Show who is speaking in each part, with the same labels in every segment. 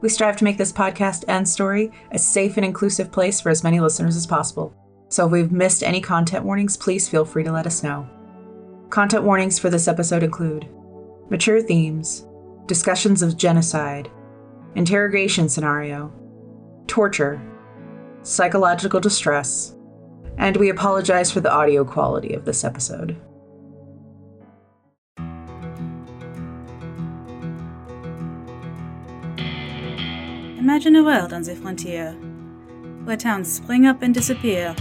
Speaker 1: We strive to make this podcast and story a safe and inclusive place for as many listeners as possible. So if we've missed any content warnings, please feel free to let us know. Content warnings for this episode include mature themes, discussions of genocide, interrogation scenario, torture, psychological distress, and we apologize for the audio quality of this episode.
Speaker 2: Imagine a world on the frontier, where towns spring up and disappear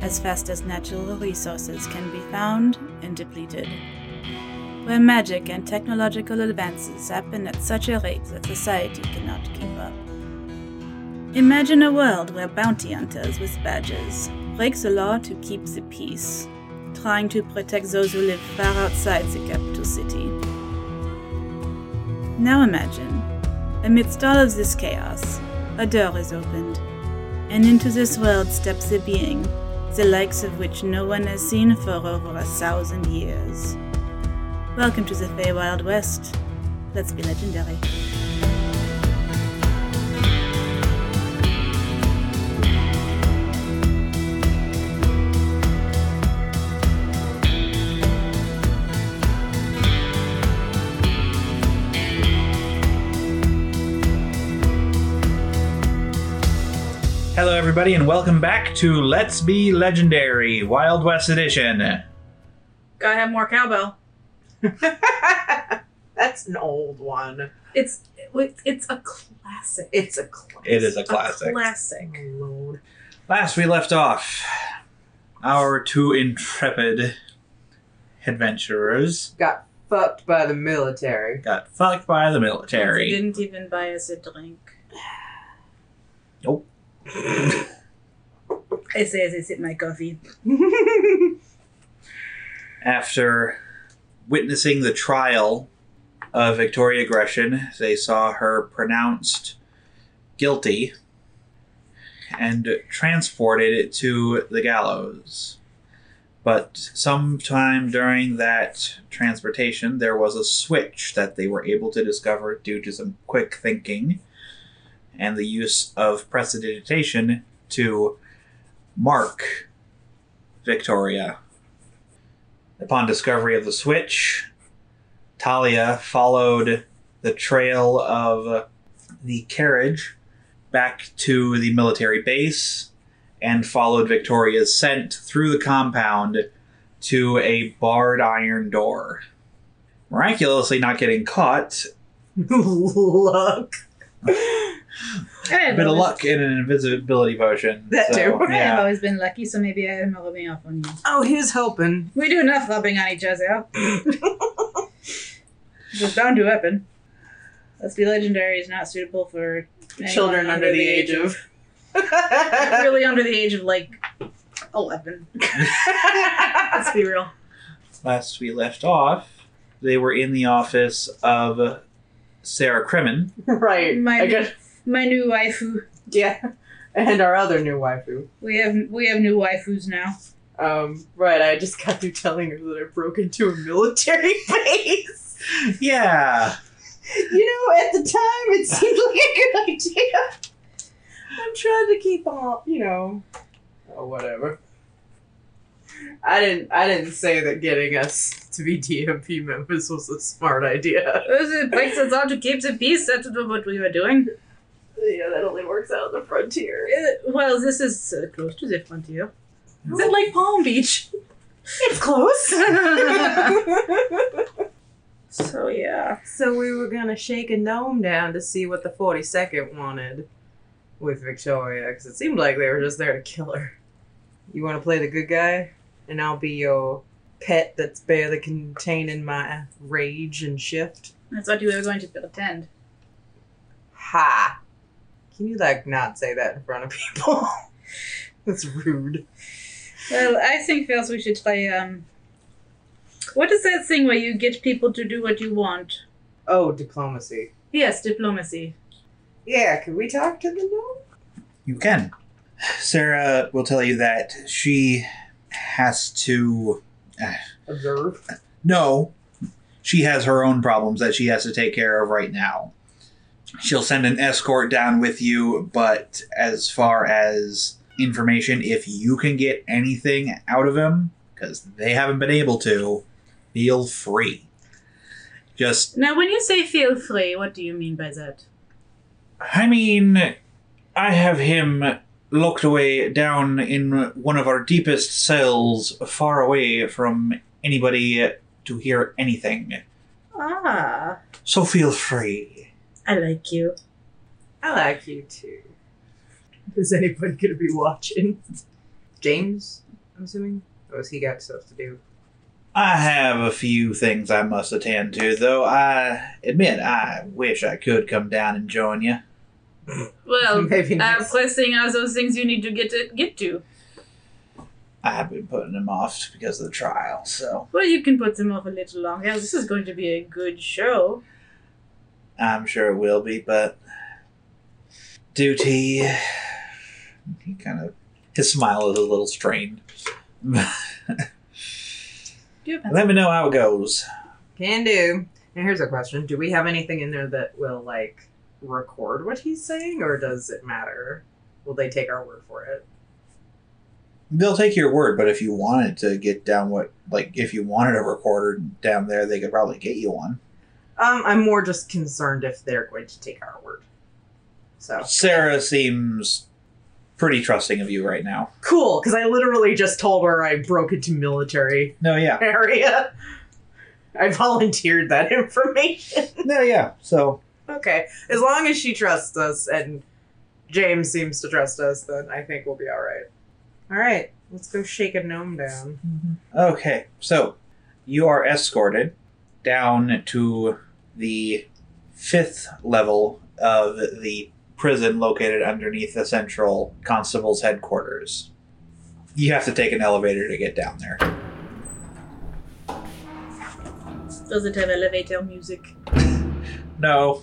Speaker 2: as fast as natural resources can be found and depleted. Where magic and technological advances happen at such a rate that society cannot keep up. Imagine a world where bounty hunters with badges break the law to keep the peace, trying to protect those who live far outside the capital city. Now imagine Amidst all of this chaos, a door is opened, and into this world steps a being, the likes of which no one has seen for over a thousand years. Welcome to the Feywild West. Let's be legendary.
Speaker 3: Hello, everybody, and welcome back to Let's Be Legendary Wild West Edition.
Speaker 4: Gotta have more cowbell.
Speaker 5: That's an old one.
Speaker 4: It's it's a classic.
Speaker 5: It's a classic.
Speaker 3: It is a classic.
Speaker 4: A classic.
Speaker 5: Lord.
Speaker 3: Last we left off, our two intrepid adventurers
Speaker 5: Got fucked by the military.
Speaker 3: got fucked by the
Speaker 2: They
Speaker 3: military.
Speaker 2: didn't even buy us a drink.
Speaker 4: It says it's in my coffee.
Speaker 3: After witnessing the trial of Victoria Gresham, they saw her pronounced guilty and transported to the gallows. But sometime during that transportation, there was a switch that they were able to discover due to some quick thinking and the use of prestidigitation to mark Victoria. Upon discovery of the switch, Talia followed the trail of the carriage back to the military base and followed Victoria's scent through the compound to a barred iron door. Miraculously, not getting caught,
Speaker 5: Luck.
Speaker 4: I
Speaker 3: a
Speaker 4: have
Speaker 3: bit of
Speaker 4: always-
Speaker 3: luck and an invisibility potion.
Speaker 5: That
Speaker 3: so,
Speaker 5: too.
Speaker 4: I have
Speaker 3: Yeah.
Speaker 4: always been lucky, so maybe I am rubbing off on you.
Speaker 5: Oh, he was helping.
Speaker 4: We do enough rubbing on each other. It's bound to happen. Let's be legendary is not suitable for anyone
Speaker 5: Children under the age of.
Speaker 4: really under the age of like eleven. Let's be real.
Speaker 3: Last we left off, they were in the office of Sarah Kremen.
Speaker 5: right.
Speaker 4: My-
Speaker 5: I guess-
Speaker 4: My new waifu.
Speaker 5: yeah. And our other new waifu.
Speaker 4: We have we have new waifus now.
Speaker 5: Um, right, I just got through telling her that I broke into a military base.
Speaker 3: Yeah.
Speaker 5: You know, at the time, it seemed like a good idea. I'm trying to keep all, you know, oh whatever. I didn't. I didn't say that getting us to be DMP members was a smart idea.
Speaker 4: It was a place that's all to keep the peace. That's what we were doing.
Speaker 5: Yeah, that only works out on the frontier.
Speaker 4: Uh, well, this is uh, close to the frontier. Is it like Palm Beach?
Speaker 5: It's close.
Speaker 4: So yeah.
Speaker 5: so we were gonna shake a gnome down to see what the forty second wanted with Victoria, because it seemed like they were just there to kill her. You want to play the good guy, and I'll be your pet that's barely containing my rage and shift.
Speaker 4: I thought you were going to pretend.
Speaker 5: Ha! Can you like not say that in front of people? that's rude.
Speaker 4: Well, I think first we should try. Um, what is that thing where you get people to do what you want?
Speaker 5: Oh, diplomacy.
Speaker 4: Yes, diplomacy.
Speaker 5: Yeah, can we talk to the gnome?
Speaker 3: You can. Sarah will tell you that she has to.
Speaker 5: Observe.
Speaker 3: No, she has her own problems that she has to take care of right now. She'll send an escort down with you, but as far as information, if you can get anything out of him, because they haven't been able to, feel free. Just,
Speaker 2: Now, when you say feel free, what do you mean by that?
Speaker 3: I mean, I have him locked away down in one of our deepest cells, far away from anybody to hear anything.
Speaker 4: Ah,
Speaker 3: So feel free.
Speaker 4: I like you.
Speaker 5: I like you too. Is anybody gonna be watching? James, I'm assuming? Or has he got stuff to do?
Speaker 3: I have a few things I must attend to, though I admit I wish I could come down and join you.
Speaker 4: Well,
Speaker 5: Maybe
Speaker 4: uh,
Speaker 5: next-
Speaker 4: pressing are those things you need to get to get to.
Speaker 3: I've been putting them off because of the trial, so
Speaker 4: Well, you can put them off a little longer. This is going to be a good show.
Speaker 3: I'm sure it will be, but duty. He kind of. His smile is a little strained.
Speaker 4: Do you have
Speaker 3: Let me know how it goes.
Speaker 5: Can do. Now here's a question. Do we have anything in there that will like record what he's saying or does it matter? Will they take our word for it?
Speaker 3: They'll take your word, but if you wanted to get down what. Like, if you wanted a recorder down there, they could probably get you one.
Speaker 5: Um, I'm more just concerned if they're going to take our word. So
Speaker 3: Sarah seems pretty trusting of you right now.
Speaker 5: cool, because I literally just told her I broke into military
Speaker 3: No, yeah.
Speaker 5: area. I volunteered that information.
Speaker 3: No, yeah. So
Speaker 5: okay. As long as she trusts us and James seems to trust us, then I think we'll be alright. Alright, let's go shake a gnome down.
Speaker 3: okay, so you are escorted down to the fifth level of the prison located underneath the central constable's headquarters. You have to take an elevator to get down there.
Speaker 4: Does it have elevator music?
Speaker 3: No,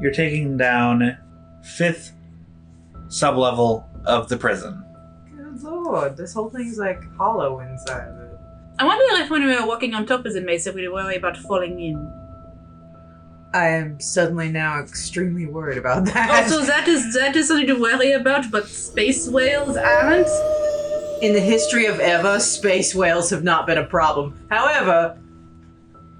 Speaker 3: you're taking down fifth sublevel of the prison.
Speaker 5: Good lord, this whole thing's like hollow inside of it.
Speaker 4: I wonder if when we were walking on top of the mesa, we'd worry about falling in.
Speaker 5: I am suddenly now extremely worried about that.
Speaker 4: Also, that Oh, is that is something to worry about, but space whales aren't.
Speaker 5: In the history of Eva, space whales have not been a problem. However,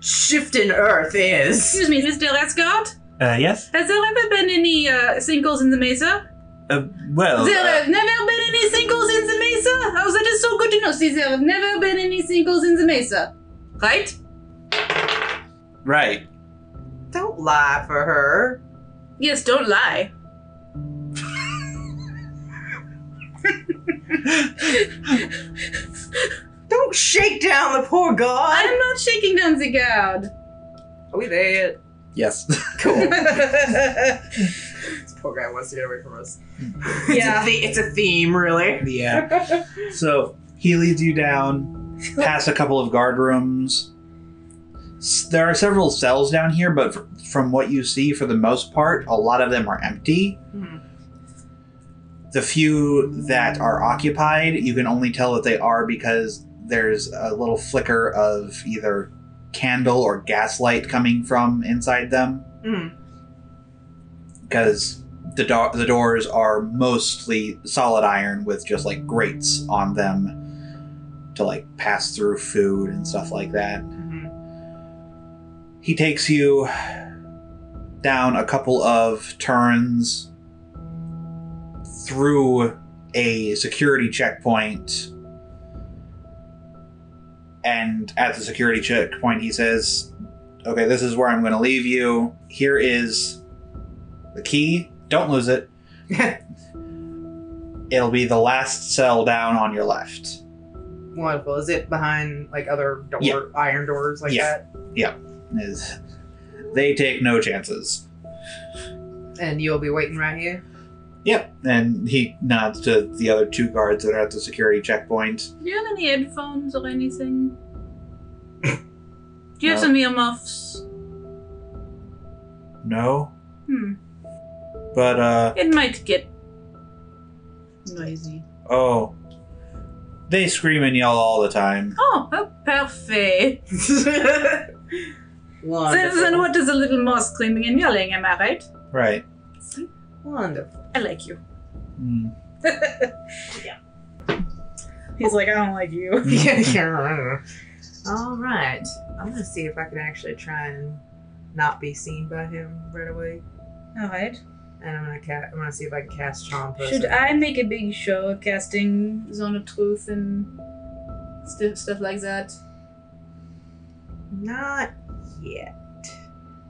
Speaker 5: shifting Earth is.
Speaker 4: Excuse me, Mr. Rascard?
Speaker 3: Uh, yes?
Speaker 4: Has there ever been any uh, sinkholes in the mesa?
Speaker 3: Uh, well,
Speaker 4: There
Speaker 3: uh,
Speaker 4: have never been any sinkholes in the mesa? Oh, that is so good to know. See, there have never been any sinkholes in the mesa. Right?
Speaker 3: right.
Speaker 5: Don't lie for her.
Speaker 4: Yes, don't lie.
Speaker 5: Don't shake down the poor god.
Speaker 4: I'm not shaking down the guard.
Speaker 5: Are we there yet?
Speaker 3: Yes.
Speaker 5: Cool. this poor guy wants to get away from us.
Speaker 4: Yeah.
Speaker 5: it's, a the- it's a theme, really.
Speaker 3: Yeah. so he leads you down, past a couple of guard rooms. S- There are several cells down here, but fr- from what you see, for the most part, a lot of them are empty.
Speaker 5: Hmm.
Speaker 3: The few that are occupied, you can only tell that they are because there's a little flicker of either candle or gaslight coming from inside them
Speaker 5: Mm.
Speaker 3: because the do- the doors are mostly solid iron with just like grates on them to like pass through food and stuff like that.
Speaker 5: Mhm.
Speaker 3: He takes you down a couple of turns through a security checkpoint. And at the security checkpoint, he says, Okay, this is where I'm going to leave you. Here is the key. Don't lose it. It'll be the last cell down on your left.
Speaker 5: Wonderful. Is it behind like other door
Speaker 3: Yeah.
Speaker 5: iron doors like
Speaker 3: Yeah. Is they take no chances.
Speaker 5: that? And you'll be waiting right here.
Speaker 3: Yep. And he nods to the other two guards that are at the security checkpoint.
Speaker 4: Do you have any headphones or anything? Do you have
Speaker 3: No.
Speaker 4: some earmuffs?
Speaker 3: No,
Speaker 4: Hmm.
Speaker 3: but uh
Speaker 4: It might get noisy.
Speaker 3: oh, they scream and yell all the time.
Speaker 4: Oh, oh, perfect. So then
Speaker 5: Wonderful.
Speaker 4: what does a little more screaming and yelling, am I right?
Speaker 3: Right.
Speaker 5: Wonderful.
Speaker 4: I like you.
Speaker 3: Mm.
Speaker 4: He's like, I don't like you.
Speaker 5: All right. I'm gonna see if I can actually try and not be seen by him right away,
Speaker 4: All right.
Speaker 5: and I'm gonna ca- I'm gonna see if I can cast charm. Person.
Speaker 4: Should I make a big show of casting Zone of Truth and stu- stuff like that?
Speaker 5: Not yet.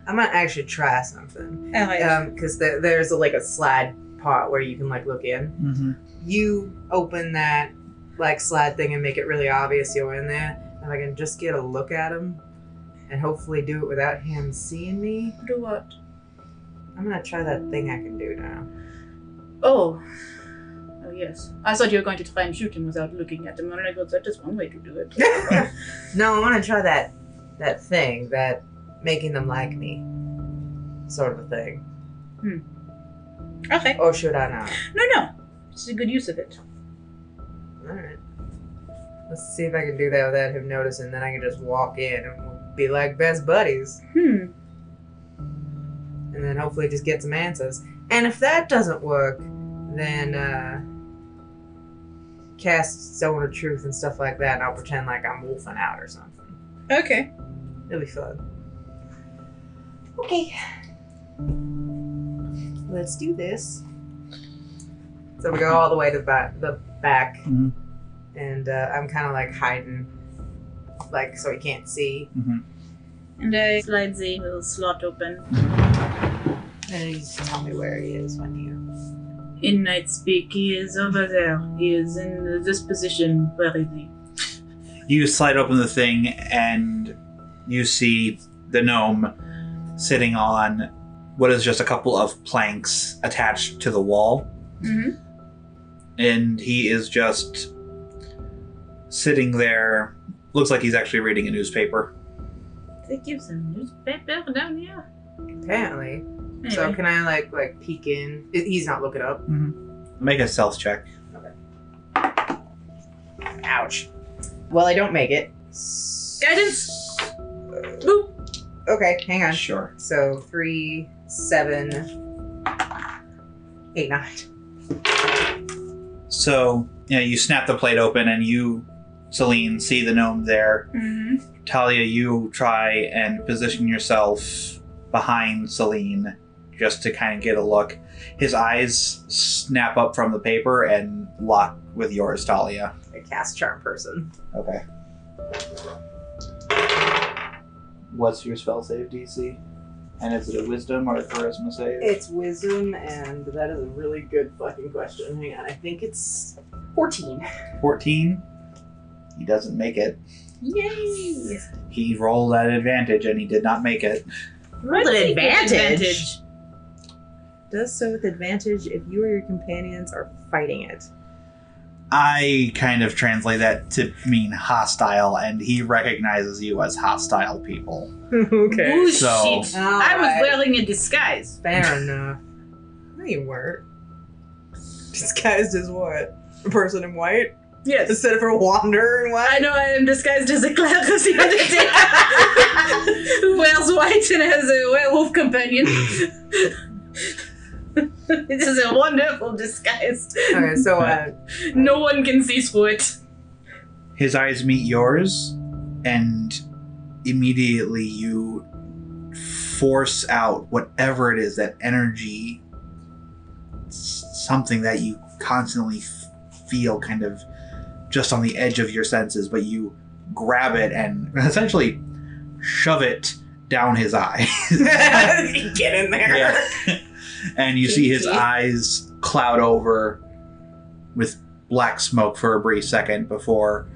Speaker 5: I'm gonna actually try something
Speaker 4: All right.
Speaker 5: because there, there's a, like a slide part where you can like look in.
Speaker 3: hmm
Speaker 5: You open that like slide thing and make it really obvious you're in there. If I can just get a look at him, and hopefully do it without him seeing me,
Speaker 4: Do what?
Speaker 5: I'm gonna try that thing I can do now.
Speaker 4: Oh. Oh, yes. I thought you were going to try and shoot him without looking at him, and I go, that is one way to do it.
Speaker 5: no, I want to try that that thing that making them like me, sort of a thing.
Speaker 4: Okay.
Speaker 5: Or should I not?
Speaker 4: No, no. It's a good use of it.
Speaker 5: All right. Let's see if I can do that without him noticing. Then I can just walk in and we'll be like best buddies,
Speaker 4: Hmm.
Speaker 5: and then hopefully just get some answers. And if that doesn't work, then uh, cast Zone of Truth and stuff like that, and I'll pretend like I'm wolfing out or something.
Speaker 4: Okay.
Speaker 5: It'll be fun. Okay. Let's do this. So we go all the way to the back, the back
Speaker 3: Mhm.
Speaker 5: and uh, I'm kind of like hiding, like so he can't see.
Speaker 4: And I slide the little slot open.
Speaker 5: And you just tell me where he is when you.
Speaker 4: In Night Speak, he is over there. He is in this position. Where is he?
Speaker 3: You slide open the thing and you see the gnome sitting on what is just a couple of planks attached to the wall.
Speaker 4: Mm-hmm.
Speaker 3: And he is just sitting there. Looks like he's actually reading a newspaper.
Speaker 4: They give some newspaper down here.
Speaker 5: Apparently. So
Speaker 4: Anyway.
Speaker 5: can I like like peek in? I- He's not looking up.
Speaker 3: Make a stealth check.
Speaker 5: Ouch. Well, I don't make it. S-
Speaker 4: Guidance! Boop!
Speaker 5: Okay, hang on.
Speaker 3: Sure.
Speaker 5: So three, seven, eight, nine.
Speaker 3: So, yeah, you snap the plate open and you, Celine, see the gnome there
Speaker 4: Mm-hmm.
Speaker 3: Talia, you try and position yourself behind Celine just to kind of get a look. His eyes snap up from the paper and lock with yours, Talia.
Speaker 5: I cast charm person.
Speaker 3: Okay. What's your spell save DC? And is it a wisdom or a charisma save?
Speaker 5: It's wisdom, and that is a really good fucking question. Hang on, I think it's fourteen.
Speaker 3: 14. He doesn't make it.
Speaker 4: Yay!
Speaker 3: He rolled at advantage and he did not make it.
Speaker 5: Roll
Speaker 4: Let's
Speaker 5: an
Speaker 4: see if it's
Speaker 5: advantage. Does so with advantage if you or your companions are fighting it.
Speaker 3: I kind of translate that to mean hostile, and he recognizes you as hostile people.
Speaker 5: okay.
Speaker 4: Oh,
Speaker 3: So-
Speaker 4: shit. I was wearing a disguise.
Speaker 5: Fair enough. No, you weren't. Disguised as what? A person in white?
Speaker 4: Yes.
Speaker 5: Instead of a wanderer in
Speaker 4: I
Speaker 5: white?
Speaker 4: know I am disguised as a clown because the other day who wears white and has a werewolf companion. this is a wonderful disguise.
Speaker 5: Okay, so uh,
Speaker 4: No one can see through it.
Speaker 3: His eyes meet yours, and immediately you force out whatever it is that energy, s- something that you constantly f- feel kind of just on the edge of your senses, but you grab it and essentially shove it down his eye.
Speaker 5: get in there.
Speaker 3: and you see his
Speaker 4: Kinky.
Speaker 3: eyes cloud over with black smoke for a brief second before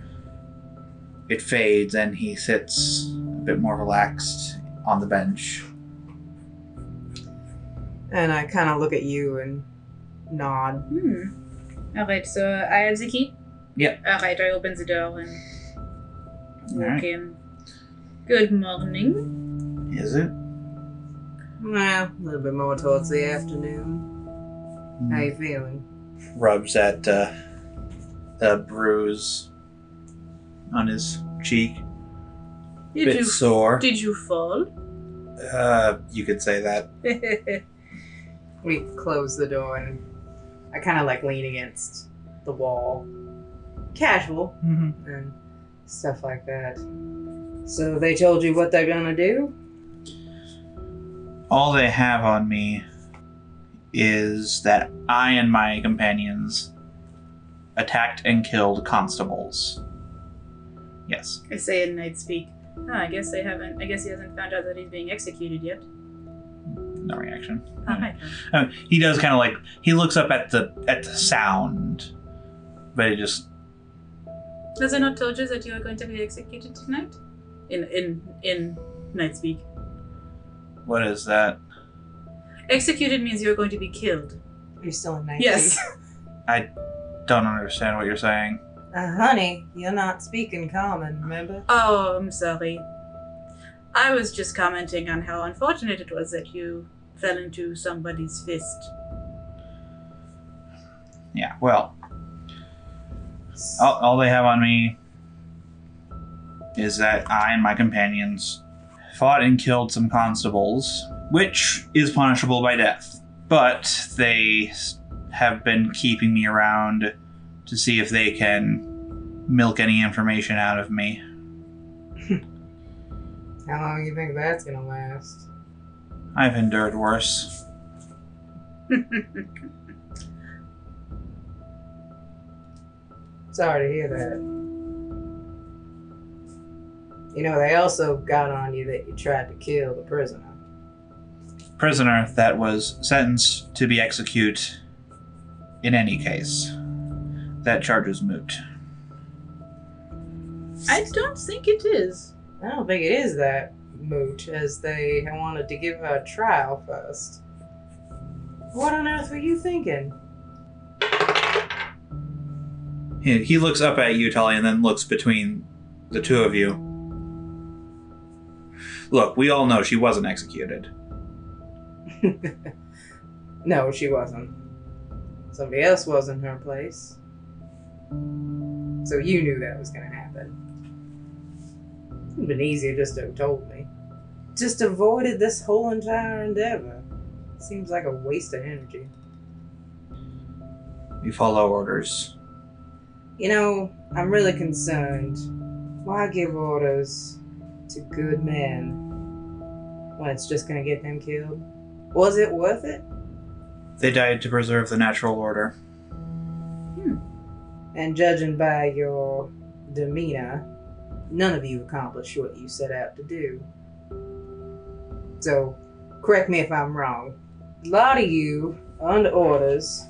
Speaker 3: it fades and he sits a bit more relaxed on the bench.
Speaker 5: And I kind of look at you and nod.
Speaker 4: Hmm. Alright, so I have the key?
Speaker 3: Yeah.
Speaker 4: Alright, I open the door and walk
Speaker 3: Alright.
Speaker 4: in. Good morning.
Speaker 3: Is it?
Speaker 5: Well, a little bit more towards the afternoon. How you feeling?
Speaker 3: Rubs at uh, a bruise on his cheek.
Speaker 4: Did you
Speaker 3: sore.
Speaker 4: did you fall?
Speaker 3: Uh, you could say that.
Speaker 5: We close the door and I kind of like lean against the wall. Casual
Speaker 6: Mm-hmm.
Speaker 5: and stuff like that. So they told you what they're gonna do?
Speaker 3: All they have on me is that I and my companions attacked and killed constables. Yes.
Speaker 4: I say in night speak. Huh, I guess they haven't. I guess he hasn't found out that he's being executed yet.
Speaker 3: No reaction.
Speaker 4: Oh, hi.
Speaker 3: Uh, he does kind of like he looks up at the at the sound, but it just
Speaker 4: Has I not told you that you are going to be executed tonight? In in in night speak.
Speaker 3: what is that?
Speaker 4: Executed means you're going to be killed.
Speaker 5: You're still in 19.
Speaker 4: Yes.
Speaker 3: Don't understand what you're saying.
Speaker 5: Uh, honey, you're not speaking common, remember?
Speaker 4: Oh, I'm sorry. I was just commenting on how unfortunate it was that you fell into somebody's fist.
Speaker 3: Yeah. Well, All, all they have on me is that I and my companions fought and killed some constables, which is punishable by death. But they s- have been keeping me around to see if they can milk any information out of me.
Speaker 5: How long you think that's gonna last?
Speaker 3: I've endured worse.
Speaker 5: Sorry to hear that. You know, they also got on you that you tried to kill the prisoner.
Speaker 3: Prisoner that was sentenced to be execute in any case. That charge is moot.
Speaker 7: I don't think it is.
Speaker 5: I don't think it is that moot, as they wanted to give her a trial first. What on earth were you thinking?
Speaker 3: He, he looks up at you, Tully, and then looks between the two of you. Look, we all know she wasn't executed.
Speaker 5: No, she wasn't. Somebody else was in her place. So you knew that was gonna happen. It'd have been easier just to have told me. Just avoided this whole entire endeavor. Seems like a waste of energy.
Speaker 3: We follow orders.
Speaker 5: You know, I'm really concerned. Why give orders to good men when it's just gonna get them killed? Was it worth it?
Speaker 3: They died to preserve the natural order.
Speaker 5: And judging by your demeanor, none of you accomplished what you set out to do. So, correct me if I'm wrong. A lot of you are under orders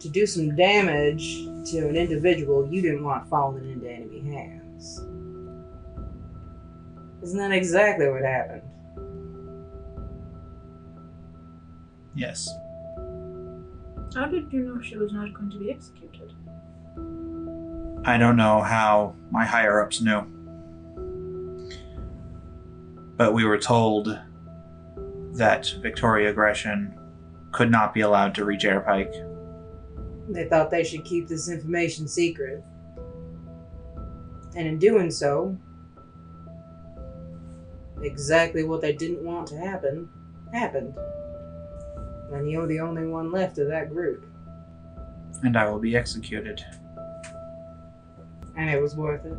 Speaker 5: to do some damage to an individual you didn't want falling into enemy hands. Isn't that exactly what happened?
Speaker 3: Yes.
Speaker 4: How did you know she was not going to be executed?
Speaker 3: I don't know how my higher ups knew. But we were told that Victoria Gresham could not be allowed to reach Air Pike.
Speaker 5: They thought they should keep this information secret. And in doing so, exactly what they didn't want to happen happened. And you're the only one left of that group.
Speaker 3: and I will be executed.
Speaker 5: And it was worth it.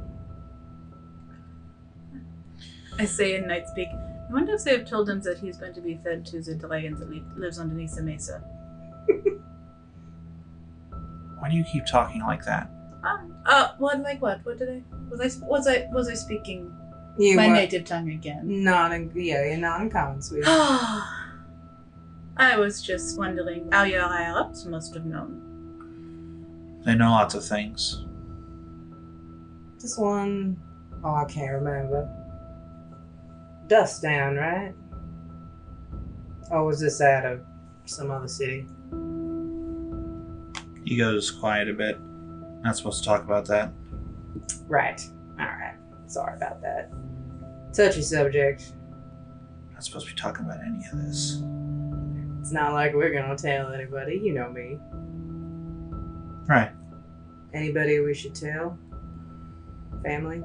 Speaker 4: I say in night speak. I wonder if they have told him that he's going to be fed to the dragon that li- lives underneath the mesa.
Speaker 3: Why do you keep talking like that?
Speaker 4: Ah, uh, what? Like what? What did I? Was I? Was I? Was I speaking
Speaker 5: You
Speaker 4: my
Speaker 5: were
Speaker 4: native tongue again?
Speaker 5: not in, yeah, you're not in common, sweetie. Mm.
Speaker 4: I was just wondering how your higher ups must have known.
Speaker 3: They know lots of things.
Speaker 5: This one oh I can't remember. Dust down, right? Or was this out of some other city?
Speaker 3: He goes quiet a bit. Not supposed to talk about that.
Speaker 5: Right. All right. Sorry about that. Touchy subject.
Speaker 3: Not supposed to be talking about any of this.
Speaker 5: It's not like we're gonna tell anybody. You know me.
Speaker 3: Right.
Speaker 5: Anybody we should tell? Family?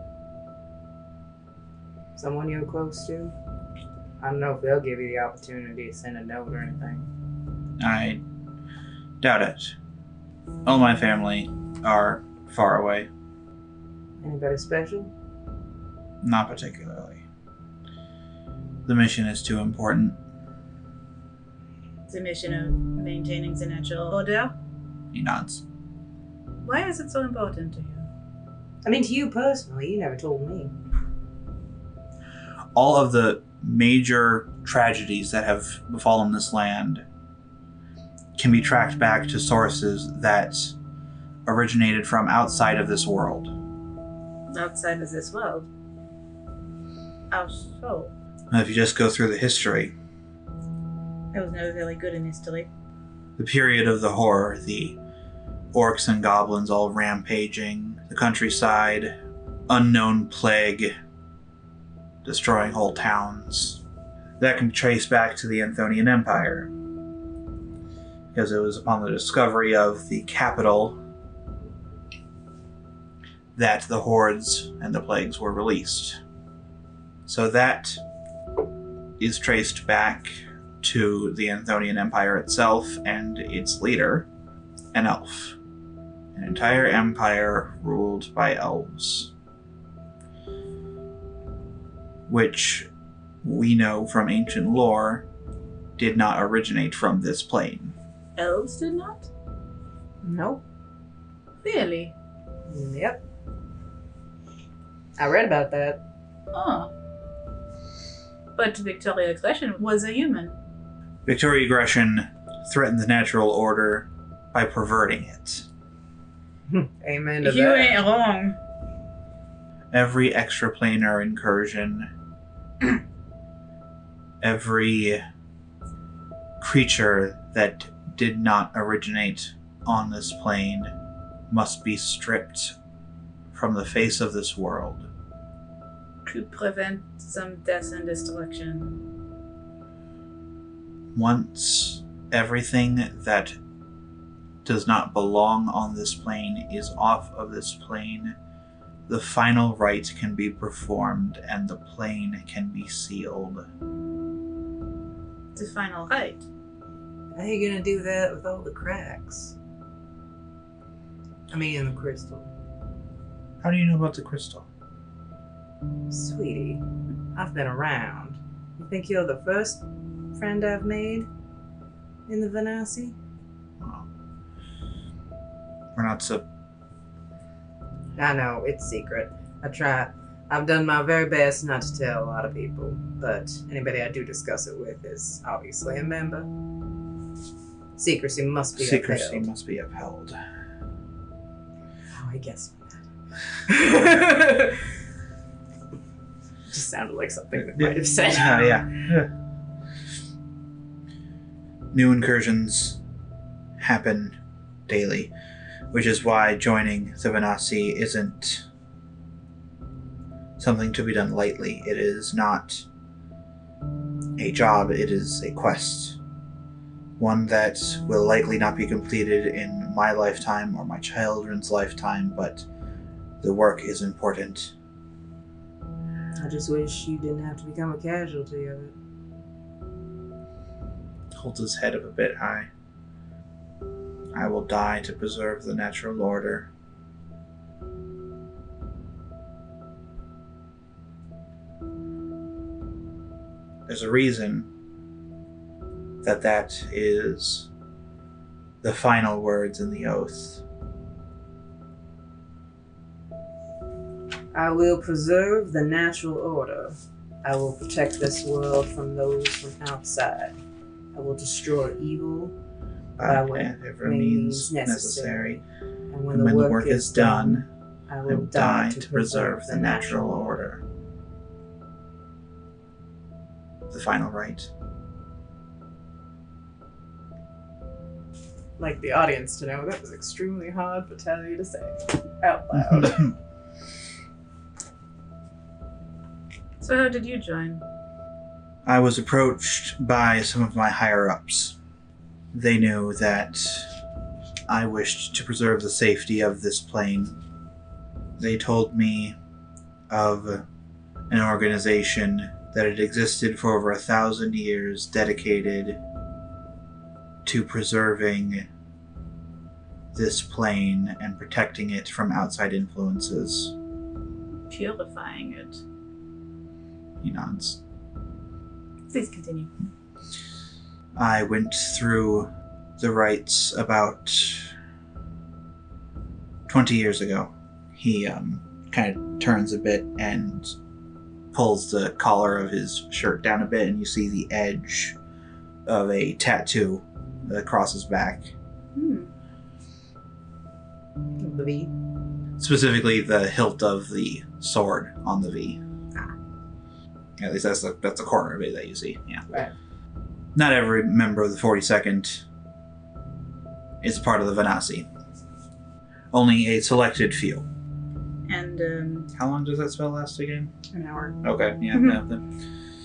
Speaker 5: Someone you're close to? I don't know if they'll give you the opportunity to send a note or anything.
Speaker 3: I doubt it. All my family are far away,
Speaker 5: Anybody special?
Speaker 3: not particularly. The mission is too important.
Speaker 2: The mission of maintaining the natural order.
Speaker 3: He nods.
Speaker 2: Why is it so important to you?
Speaker 5: I mean, to you personally, you never told me.
Speaker 3: all of the major tragedies that have befallen this land can be tracked back to sources that originated from outside of this world.
Speaker 2: outside of this world. How so?
Speaker 3: And if you just go through the history,
Speaker 2: I was never really good in history.
Speaker 3: the period of the horror, the orcs and goblins all rampaging the countryside, unknown plague, destroying whole towns. That can be traced back to the Anthonian Empire. Because it was upon the discovery of the capital that the hordes and the plagues were released. So that is traced back to the Anthonian Empire itself and its leader, an elf. An entire empire ruled by elves. Which we know from ancient lore did not originate from this plane.
Speaker 2: Elves did not?
Speaker 5: Nope.
Speaker 2: Really?
Speaker 5: Yep. I read about that.
Speaker 2: Oh. But Victoria Gresham was a human.
Speaker 3: Victoria Gresham threatened the natural order by perverting it.
Speaker 5: Amen to
Speaker 4: You
Speaker 5: that.
Speaker 4: ain't wrong.
Speaker 3: every extraplanar incursion, every creature that did not originate on this plane must be stripped from the face of this world.
Speaker 2: To prevent some death and destruction.
Speaker 3: Once everything that does not belong on this plane is off of this plane, the final rite can be performed and the plane can be sealed.
Speaker 2: The final right.
Speaker 5: How are you gonna do that with all the cracks? I mean, in the crystal.
Speaker 3: How do you know about the crystal?
Speaker 5: Sweetie, I've been around. You think you're the first friend I've made in the Venassi?
Speaker 3: Well, we're not so.
Speaker 5: I know, it's secret. I try. I've done my very best not to tell a lot of people, but anybody I do discuss it with is obviously a member. Secrecy must be
Speaker 3: Secrecy
Speaker 5: upheld.
Speaker 3: must be upheld.
Speaker 5: Oh, I guess that. Just sounded like something that might have said.
Speaker 3: Yeah, yeah. New incursions happen daily, which is why joining the Venasi isn't something to be done lightly. It is not a job, it is a quest. One that will likely not be completed in my lifetime or my children's lifetime, but the work is important.
Speaker 5: I just wish you didn't have to become a casualty of it.
Speaker 3: holds his head up a bit high. I will die to preserve the natural order. There's a reason that that is the final words in the oath.
Speaker 5: I will preserve the natural order. I will protect this world from those from outside. I will destroy evil, By
Speaker 3: By
Speaker 5: what
Speaker 3: Ah, whatever means
Speaker 5: means necessary.
Speaker 3: necessary.
Speaker 5: and when,
Speaker 3: And when the work is done,
Speaker 5: I
Speaker 3: I will die to preserve the natural order. The final rite.
Speaker 5: Like the audience to know that was extremely hard for Talia to say out loud.
Speaker 2: So how did you join?
Speaker 3: I was approached by some of my higher ups. They knew that I wished to preserve the safety of this plane. They told me of an organization that had existed for over a thousand years, dedicated to preserving this plane and protecting it from outside influences.
Speaker 4: Purifying it.
Speaker 3: He nods.
Speaker 4: Please continue.
Speaker 3: I went through the rites about 20 years ago. He um, kind of turns a bit and pulls the collar of his shirt down a bit, and you see the edge of a tattoo across his back.
Speaker 2: Hmm.
Speaker 5: The V.
Speaker 3: Specifically, the hilt of the sword on the V. At least that's the, that's the corner of it that you see. Yeah.
Speaker 5: Right.
Speaker 3: Not every member of the 42nd is part of the Vanassi. Only a selected few.
Speaker 4: And um,
Speaker 3: How long does that spell last again?
Speaker 5: An hour.
Speaker 3: Okay, yeah,
Speaker 4: Mhm.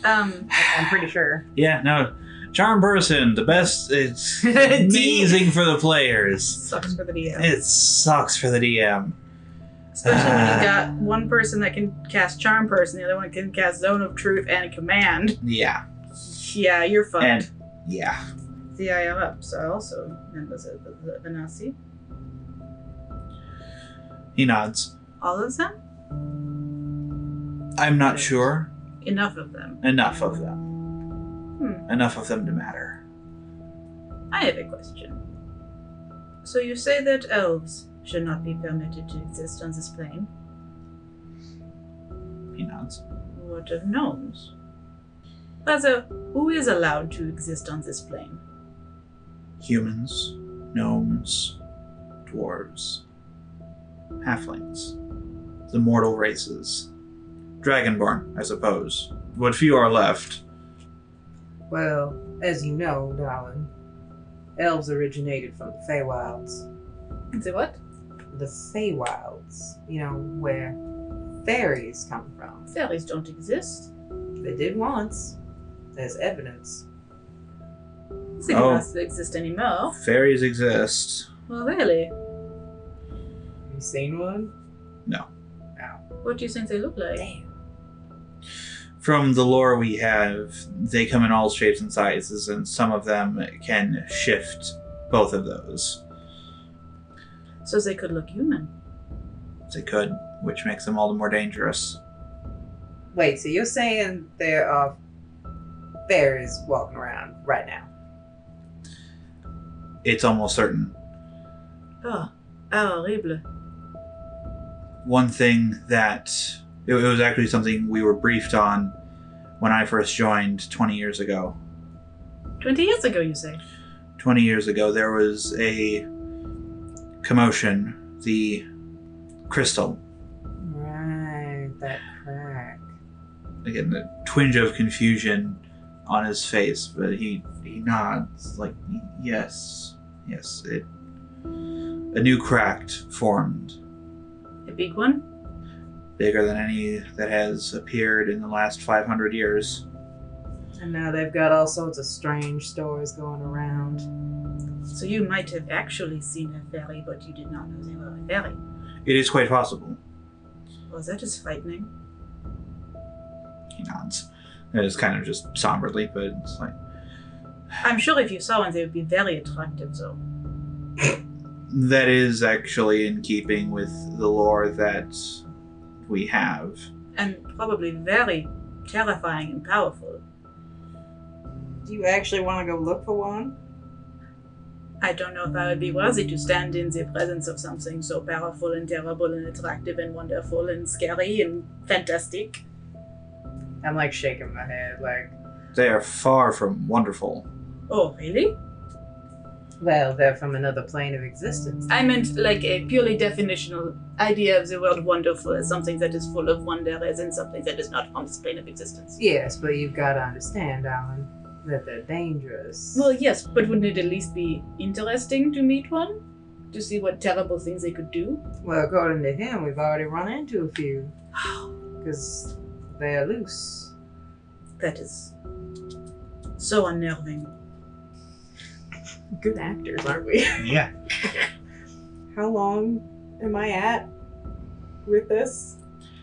Speaker 3: yeah, the-
Speaker 4: um,
Speaker 5: I'm pretty sure.
Speaker 3: yeah. No, charm person, the best. It's amazing for the players.
Speaker 4: sucks for the DM.
Speaker 3: It sucks for the DM.
Speaker 4: Especially when
Speaker 3: Uh.
Speaker 4: you got one person that can cast charm person, the other one can cast zone of truth and command.
Speaker 3: Yeah,
Speaker 4: Yeah, you're fucked.
Speaker 3: and yeah,
Speaker 4: See, I am up, so I also members of the- the Benassi.
Speaker 3: he nods.
Speaker 4: All of them?
Speaker 3: I'm not sure
Speaker 4: Enough of them.
Speaker 3: enough of them.
Speaker 4: Hmm.
Speaker 3: Enough of them to matter.
Speaker 4: I have a question. So you say that elves should not be permitted to exist on this plane.
Speaker 3: He nods.
Speaker 4: What of gnomes? Rather, who is allowed to exist on this plane?
Speaker 3: Humans, gnomes, dwarves, halflings, the mortal races, dragonborn, I suppose. What few are left.
Speaker 5: Well, as you know, darling, elves originated from the Feywilds.
Speaker 4: Say what?
Speaker 5: The Feywilds, you know, where fairies come from.
Speaker 4: Fairies don't exist.
Speaker 5: They did once. There's evidence.
Speaker 4: They
Speaker 3: Oh.
Speaker 4: don't exist anymore.
Speaker 3: Fairies exist.
Speaker 4: Well, really?
Speaker 5: Have you seen one?
Speaker 4: What do you think they look like?
Speaker 3: From the lore we have, they come in all shapes and sizes, and some of them can shift both of those.
Speaker 4: So they could look human.
Speaker 3: They could, which makes them all the more dangerous.
Speaker 5: Wait, so you're saying there are fairies walking around right now?
Speaker 3: It's almost certain.
Speaker 4: Oh, oh, horrible.
Speaker 3: One thing that it, it was actually something we were briefed on when I first joined 20 years ago.
Speaker 4: 20 years ago, you say?
Speaker 3: 20 years ago, there was a commotion. The crystal
Speaker 5: Right, that crack.
Speaker 3: again the twinge of confusion on his face, but he he nods like yes, yes. It a new cracked formed,
Speaker 4: A big one?
Speaker 3: bigger than any that has appeared in the last 500 years.
Speaker 5: And now they've got all sorts of strange stories going around.
Speaker 4: So you might have actually seen a fairy, but you did not know they were a fairy.
Speaker 3: It is quite possible.
Speaker 4: Well, that is frightening.
Speaker 3: He nods. It is kind of just somberly, but it's like
Speaker 4: I'm sure if you saw one, they would be very attractive, though.
Speaker 3: that is actually in keeping with the lore that we have.
Speaker 4: And probably very terrifying and powerful.
Speaker 5: Do you actually want to go look for one?
Speaker 4: I don't know if I would be worthy to stand in the presence of something so powerful and terrible and attractive and wonderful and scary and fantastic.
Speaker 5: I'm like shaking my head, like,
Speaker 3: They are far from wonderful.
Speaker 4: Oh, really?
Speaker 5: well, they're from another plane of existence.
Speaker 4: I meant like a purely definitional idea of the word wonderful as something that is full of wonder as in something that is not from this plane of existence.
Speaker 5: Yes, but you've got to understand, darling, that they're dangerous.
Speaker 4: Well, yes, but wouldn't it at least be interesting to meet one? To see what terrible things they could do?
Speaker 5: Well, according to him, we've already run into a few. Because they're loose.
Speaker 4: That is so unnerving.
Speaker 5: Good actors, aren't we?
Speaker 3: Yeah.
Speaker 5: How long am I at with this?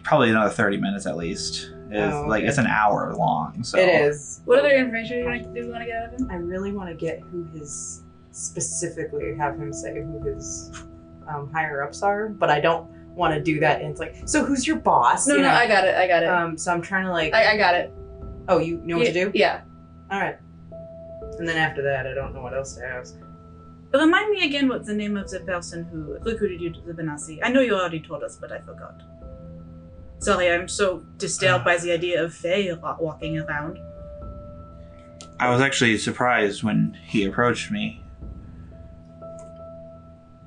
Speaker 3: probably another 30 minutes at least Is
Speaker 5: Oh,
Speaker 3: like
Speaker 5: okay.
Speaker 3: it's an hour long. So
Speaker 5: It is.
Speaker 4: What other information do you want- do you want to get out of him?
Speaker 5: I really want to get who his specifically have him say who his um, higher ups are, but I don't want to do that. And it's like, so who's your boss?
Speaker 4: No,
Speaker 5: You
Speaker 4: no,
Speaker 5: know?
Speaker 4: I got it. I got it.
Speaker 5: um, so I'm trying to like.
Speaker 4: I, I got it.
Speaker 5: oh, you know what
Speaker 4: yeah,
Speaker 5: to do?
Speaker 4: Yeah.
Speaker 5: All right. And then after that, I don't know what else to ask.
Speaker 4: Remind me again what's the name of the person who recruited you to the Benassi. I know you already told us, but I forgot. Sorry, I'm so disturbed by the idea of Faye wa- walking around.
Speaker 3: I was actually surprised when he approached me.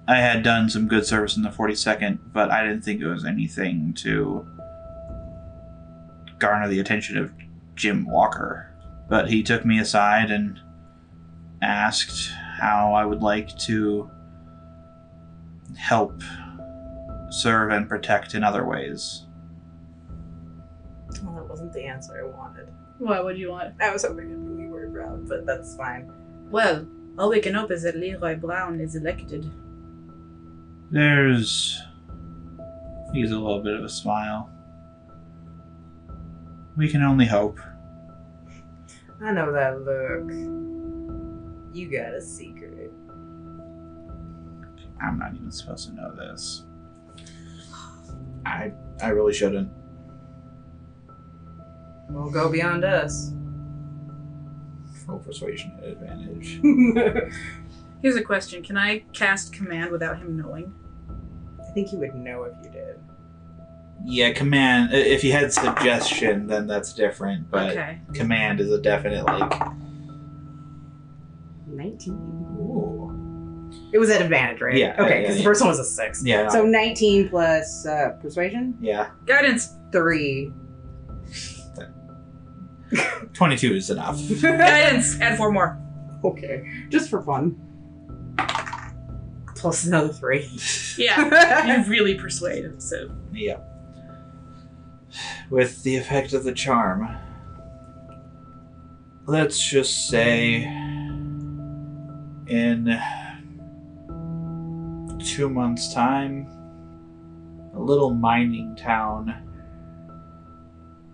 Speaker 3: I had done some good service in the 42nd, but I didn't think it was anything to garner the attention of Jim Walker. But he took me aside and asked how I would like to help serve and protect in other ways.
Speaker 5: Well, that wasn't the answer I wanted.
Speaker 4: Why would you want?
Speaker 5: I was hoping it'd be word round, but that's fine.
Speaker 4: Well, all we can hope is that Leroy Brown is elected.
Speaker 3: There's. He's a little bit of a smile. We can only hope.
Speaker 5: I know that look. You got a secret.
Speaker 3: I'm not even supposed to know this. I I really shouldn't.
Speaker 5: Will go beyond us.
Speaker 3: Roll persuasion at advantage.
Speaker 5: I
Speaker 4: Here's a question: Can I cast command without him knowing?
Speaker 5: think you would know if you did.
Speaker 3: Yeah, command. i- If you had suggestion, then that's different. But
Speaker 4: okay.
Speaker 3: command is a definite like.
Speaker 5: 19.
Speaker 3: Ooh.
Speaker 5: It was at advantage, right?
Speaker 3: Yeah, yeah,
Speaker 5: Okay, because
Speaker 3: yeah.
Speaker 5: the first one was a six.
Speaker 3: Yeah.
Speaker 5: So 19 plus uh, persuasion?
Speaker 3: yeah.
Speaker 4: Guidance.
Speaker 5: Three.
Speaker 3: Twenty-two is enough.
Speaker 4: Guidance. Add four more.
Speaker 5: okay, just for fun. Plus another three.
Speaker 4: Yeah. You really persuade him. So
Speaker 3: Yeah. uh, With the effect of the charm. Let's just say in two months' time, a little mining town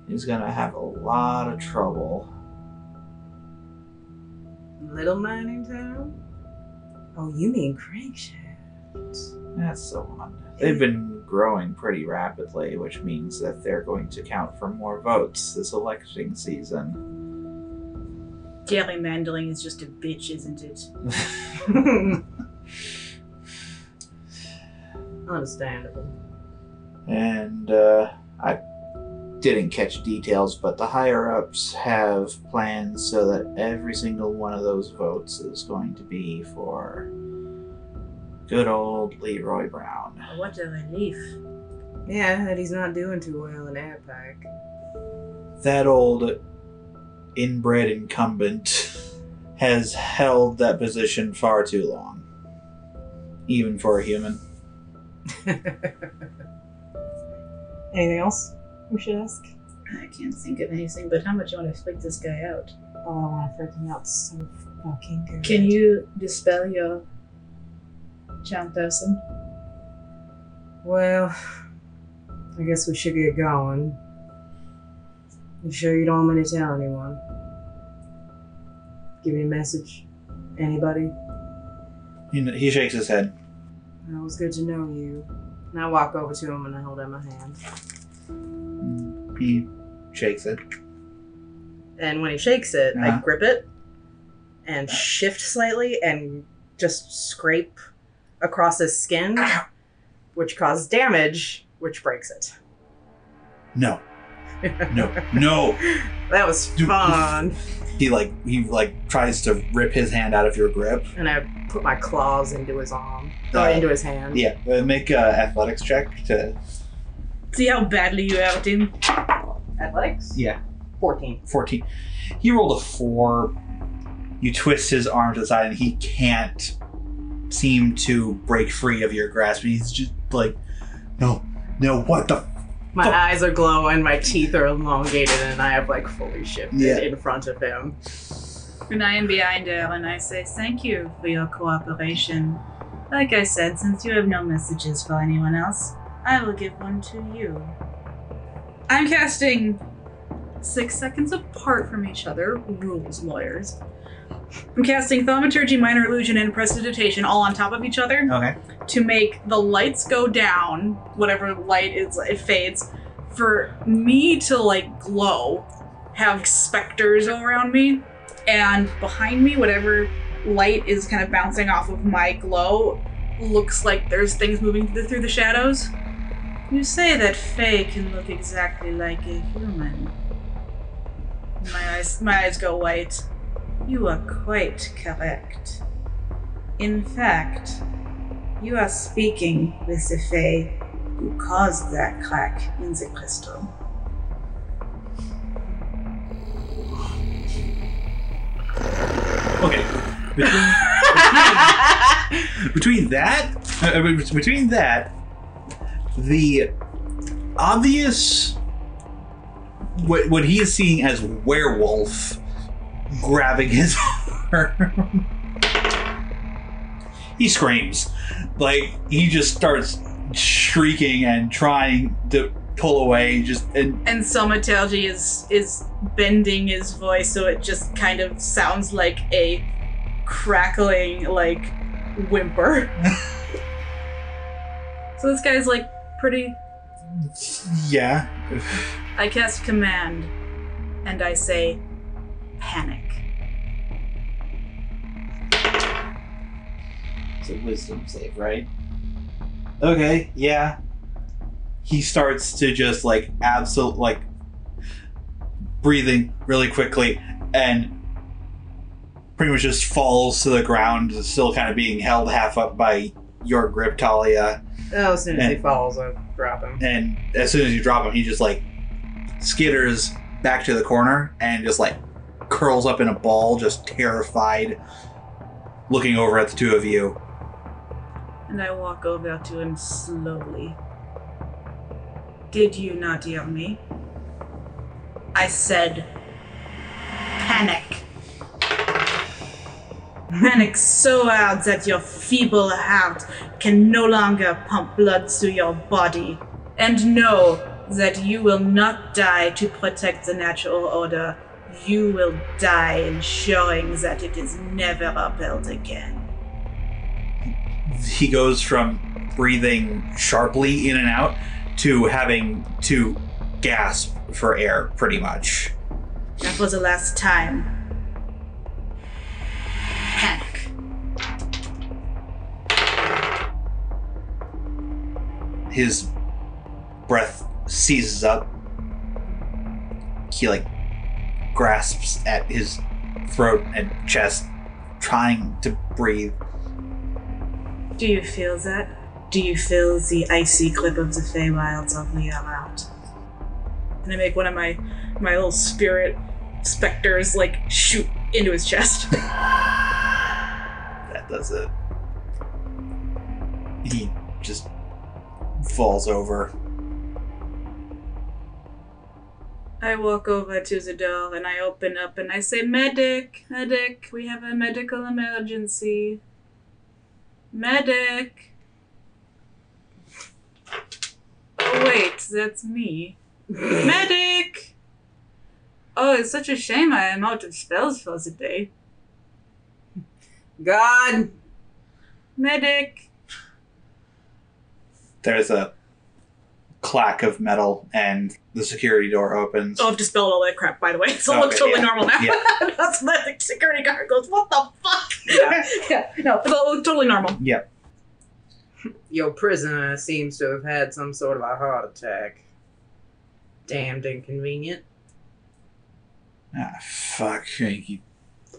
Speaker 3: is gonna have a lot of trouble.
Speaker 5: Little mining town? Oh, you mean crankshaft.
Speaker 3: That's the one. They've been growing pretty rapidly, which means that they're going to count for more votes this election season.
Speaker 4: gerrymandering is just a bitch, isn't it?
Speaker 5: Understandable.
Speaker 3: and uh, I didn't catch details, but the higher ups have plans so that every single one of those votes is going to be for good old Leroy Brown.
Speaker 4: What a relief.
Speaker 5: Yeah, that he's not doing too well in APAC.
Speaker 3: That old inbred incumbent has held that position far too long, even for a human.
Speaker 5: Anything else we should ask?
Speaker 4: I can't think of anything, but how much you want to freak this guy out?
Speaker 5: Oh, I want to freak him out so fucking good.
Speaker 4: Can you dispel your charm person?
Speaker 5: Well, I guess we should get going. You sure you don't want me to tell anyone? Give me a message. Anybody?
Speaker 3: He he shakes his head.
Speaker 5: Well, It was good to know you. And I walk over to him and I hold out my hand.
Speaker 3: He shakes it.
Speaker 5: And when he shakes it,
Speaker 3: Uh-huh.
Speaker 5: I grip it and shift slightly and just scrape across his skin, which causes damage, which breaks it.
Speaker 3: No, no, no.
Speaker 5: That was
Speaker 3: Dude.
Speaker 5: fun.
Speaker 3: he like he like tries to rip his hand out of your grip.
Speaker 5: And I put my claws into his arm, or
Speaker 3: Uh,
Speaker 5: into his hand.
Speaker 3: Yeah, uh, make a athletics check to
Speaker 4: See how badly you hurt him?
Speaker 5: Athletics?
Speaker 3: yeah
Speaker 5: 14.
Speaker 3: fourteen. He rolled a four. You twist his arm to the side, and he can't seem to break free of your grasp. And he's just like, no, no, what the?
Speaker 5: My
Speaker 3: Fuck.
Speaker 5: eyes are glowing, my teeth are elongated, and I have like fully shifted
Speaker 3: Yeah.
Speaker 5: in front of him.
Speaker 4: And I am behind her and I say thank you for your cooperation. Like I said, since you have no messages for anyone else, I will give one to you. I'm casting six seconds apart from each other. Rules, lawyers. I'm casting Thaumaturgy, Minor Illusion, and Prestidigitation all on top of each other
Speaker 3: Okay.
Speaker 4: to make the lights go down, whatever light is, it fades, for me to like glow, have specters around me, and behind me, whatever light is kind of bouncing off of my glow looks like there's things moving th- through the shadows. You say that Faye can look exactly like a human. My eyes, my eyes go white. You are quite correct. In fact, you are speaking with the Fae who caused that crack in the crystal.
Speaker 3: Okay. between that, uh, uh, between that, the obvious what what he is seeing as werewolf grabbing his arm. he screams, like he just starts shrieking and trying to pull away. Just and
Speaker 4: And Somatalgy is is bending his voice so it just kind of sounds like a crackling like whimper. so this guy's like pretty
Speaker 3: yeah,
Speaker 4: I cast command and I say panic.
Speaker 3: It's a wisdom save, right? Okay, yeah. He starts to just like absolute like breathing really quickly and pretty much just falls to the ground, still kind of being held half up by your grip, Talia.
Speaker 5: Oh, as soon as he
Speaker 3: And-
Speaker 5: falls, I drop him.
Speaker 3: And as soon as you drop him, he just like skitters back to the corner and just like curls up in a ball, just terrified, looking over at the two of you.
Speaker 4: And I walk over to him slowly. Did you not hear me? I said, panic. Panic so hard that your feeble heart can no longer pump blood through your body. And know that you will not die to protect the natural order. You will die ensuring that it is never upheld again.
Speaker 3: he goes from breathing sharply in and out to having to gasp for air pretty much
Speaker 4: That was the last time. Panic.
Speaker 3: his breath seizes up he like grasps at his throat and chest trying to breathe
Speaker 4: Do you feel that? Do you feel the icy grip of the Feywilds on me out? And I make one of my my little spirit specters like shoot into his chest.
Speaker 3: that does it he just falls over
Speaker 4: I walk over to the door and I open up and I say, "Medic, medic, we have a medical emergency. Medic." Oh wait, that's me. Medic! Oh, it's such a shame I am out of spells for the day.
Speaker 5: God!
Speaker 4: Medic!
Speaker 3: there's a clack of metal and the security door opens
Speaker 4: Oh, I've dispelled all that crap, by the way. So it
Speaker 3: Oh, Okay,
Speaker 4: looks totally
Speaker 3: yeah.
Speaker 4: normal now.
Speaker 3: Yeah.
Speaker 4: That's what the security guard goes, what the fuck?
Speaker 3: Yeah.
Speaker 4: yeah, no, it looks totally normal.
Speaker 5: Your prisoner seems to have had some sort of a heart attack. Damned inconvenient.
Speaker 3: ah, fuck. And He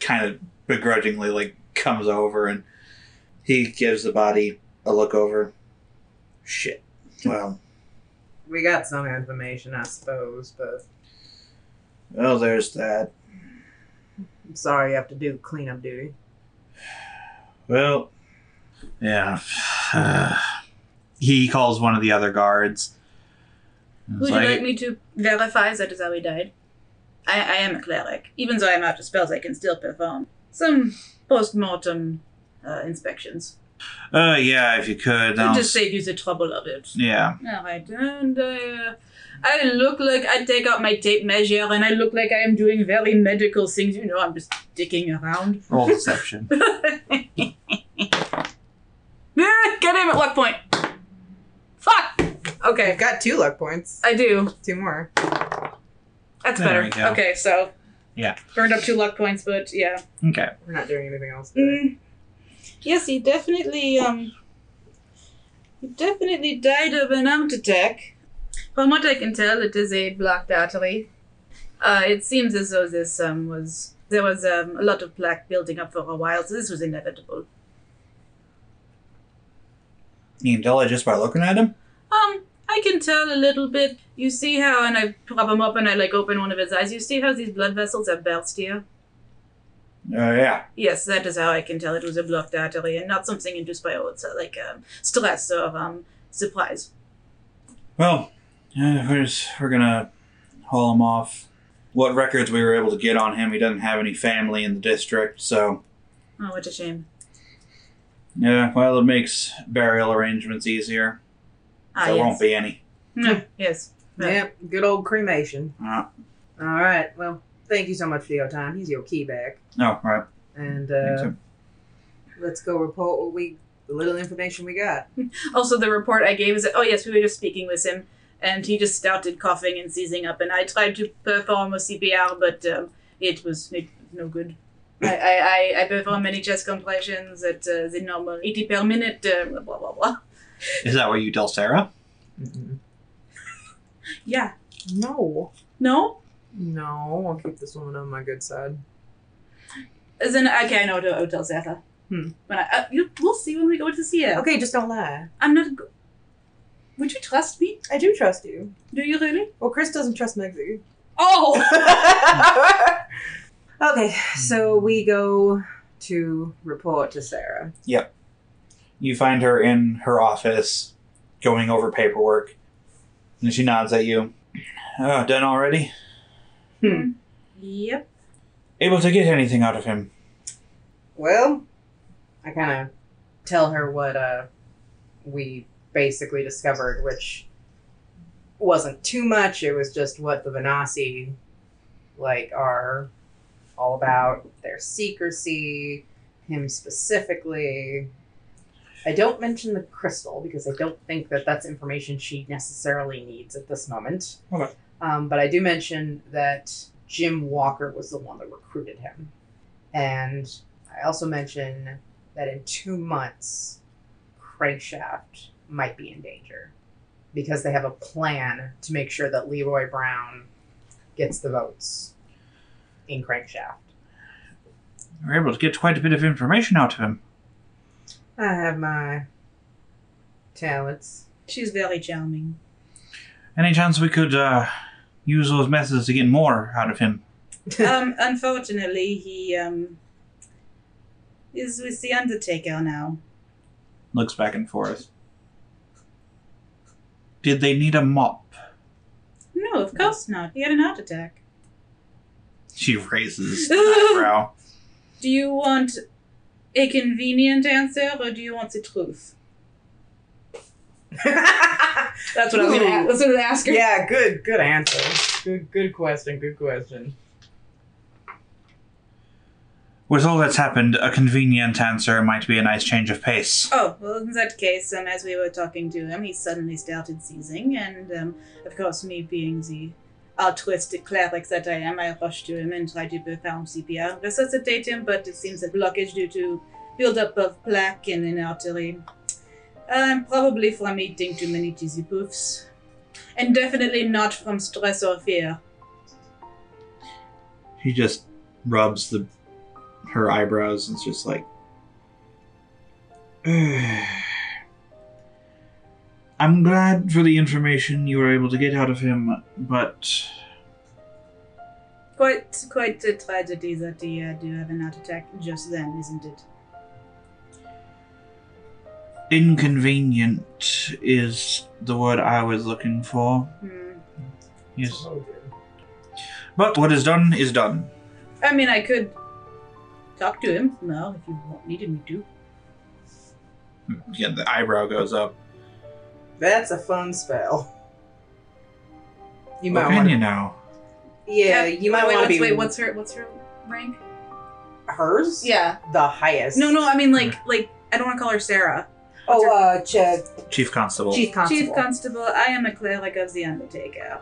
Speaker 3: kind of begrudgingly like comes over and he gives the body a look over. Shit. Well,
Speaker 5: We got some information, I suppose, but
Speaker 3: well, there's that.
Speaker 5: I'm sorry you have to do cleanup duty.
Speaker 3: Well, yeah. he calls one of the other guards. It's
Speaker 4: Would you like me to verify that is how he died? I, I am a cleric. Even though I'm out of spells, I can still perform some post mortem uh, inspections.
Speaker 3: Uh, yeah, if you could. I'll-
Speaker 4: Just save you the trouble of it.
Speaker 3: yeah.
Speaker 4: All right, and uh, I look like I take out my tape measure, and I look like I am doing very medical things. You know, I'm just dicking around.
Speaker 3: Roll deception.
Speaker 4: Ah, Get him at what point? Fuck.
Speaker 5: I've
Speaker 4: Okay,
Speaker 5: got two luck points.
Speaker 4: I do.
Speaker 5: Two more.
Speaker 4: That's
Speaker 3: There we
Speaker 4: better.
Speaker 3: go.
Speaker 4: Okay, so
Speaker 3: Yeah.
Speaker 4: burned up two luck points, but yeah.
Speaker 3: okay.
Speaker 5: We're not doing anything else. today.
Speaker 4: Mm. Yes, he definitely um he definitely died of an heart attack. From what I can tell, it is a blocked artery. Uh, it seems as though this um was there was um, a lot of plaque building up for a while, so this was inevitable.
Speaker 3: You can tell it just by looking at him.
Speaker 4: Um, I can tell a little bit. You see how, and I prop him up and I like open one of his eyes. You see how these blood vessels have burst here?
Speaker 3: Uh, yeah.
Speaker 4: Yes, that is how I can tell it was a blocked artery and not something induced by ulcer, like um, stress or um, surprise.
Speaker 3: Well, uh, we're, just, we're gonna haul him off. What records we were able to get on him, he doesn't have any family in the district, so
Speaker 4: Oh, what a shame.
Speaker 3: yeah. Well, it makes burial arrangements easier.
Speaker 4: Ah,
Speaker 3: there
Speaker 4: yes.
Speaker 3: won't be any.
Speaker 4: No, yes. No.
Speaker 5: Yep, good old cremation.
Speaker 3: Uh,
Speaker 5: All right. Well, thank you so much for your time. Here's your key back,
Speaker 3: no, oh, right.
Speaker 5: and
Speaker 3: Thanks,
Speaker 5: uh,
Speaker 3: sir.
Speaker 5: let's go report what we, the little information we got.
Speaker 4: Also, the report I gave is that, oh, yes, we were just speaking with him, and he just started coughing and seizing up, and I tried to perform a CPR, but um, it was it, was no good. I, I, I, I perform many chest compressions at uh, the normal 80 per minute, uh, blah, blah, blah.
Speaker 3: Is that what you tell Sarah?
Speaker 4: Yeah.
Speaker 5: No,
Speaker 4: No?
Speaker 5: no, I'll keep this woman on my good side.
Speaker 4: As in, okay, I know what I'll tell Zeta.
Speaker 5: Hmm.
Speaker 4: When I, uh, you, we'll see when we go to see her.
Speaker 5: Okay, just don't lie.
Speaker 4: I'm not. Go- Would you trust me?
Speaker 5: I do trust you.
Speaker 4: Do you really?
Speaker 5: Well, Chris doesn't trust Megzy.
Speaker 4: Oh!
Speaker 5: okay, so we go to report to Sarah.
Speaker 3: You find her in her office, going over paperwork, and she nods at you. Oh, done already?
Speaker 4: yep.
Speaker 3: Able to get anything out of him?
Speaker 5: Well, I kind of tell her what uh, we basically discovered, which wasn't too much. It was just what the Venasi like are all about their secrecy, him specifically. I don't mention the crystal because I don't think that that's information she necessarily needs at this moment.
Speaker 3: Okay.
Speaker 5: Um, but I do mention that Jim Walker was the one that recruited him. And I also mention that in two months, Crankshaft might be in danger because they have a plan to make sure that Leroy Brown gets the votes in Crankshaft.
Speaker 3: We're able to get quite a bit of information out of him.
Speaker 5: I have my talents.
Speaker 4: She's very charming.
Speaker 3: Any chance we could uh, use those methods to get more out of him?
Speaker 4: um, unfortunately, he um, is with the Undertaker now.
Speaker 3: Looks back and forth. Did they need a mop?
Speaker 4: No, of course not. He had an heart attack.
Speaker 3: She raises an eyebrow.
Speaker 4: Do you want a convenient answer or do you want the truth? That's what I'm gonna ask. That's what I'm gonna ask her.
Speaker 5: yeah, good, good answer. Good, good question. Good question.
Speaker 3: With all that's happened, a convenient answer might be a nice change of pace.
Speaker 4: Oh, well, in that case, um, as we were talking to him, he suddenly started seizing, and um, of course, me being the altruistic cleric that I am, I rushed to him and tried to perform CPR, resuscitate him, but it seems a blockage due to buildup of plaque in an artery. Um, probably from eating too many cheesy poofs. And definitely not from stress or fear.
Speaker 3: She just rubs the her eyebrows and it's just like I'm glad for the information you were able to get out of him, but
Speaker 4: Quite, quite a tragedy that he uh, do have an heart attack just then, isn't it?
Speaker 3: inconvenient is the word I was looking for.
Speaker 4: Hmm.
Speaker 3: Yes.
Speaker 5: Oh,
Speaker 3: But what is done is done.
Speaker 4: I mean, I could talk to him now if you want- needed me to.
Speaker 3: Yeah, the eyebrow goes up.
Speaker 5: That's a fun spell. You
Speaker 3: What
Speaker 5: might
Speaker 3: can
Speaker 5: want.
Speaker 3: you know?
Speaker 5: Yeah, you might
Speaker 4: wait,
Speaker 5: want to
Speaker 4: what's-
Speaker 5: be
Speaker 4: Wait, what's her what's her rank?
Speaker 5: hers.
Speaker 4: Yeah.
Speaker 5: the highest.
Speaker 4: No, no, I mean like like I don't want to call her Sarah.
Speaker 5: Oh, uh, Ch-
Speaker 3: Chief Constable.
Speaker 5: Chief Constable.
Speaker 8: Chief Constable, I am a cleric of the Undertaker.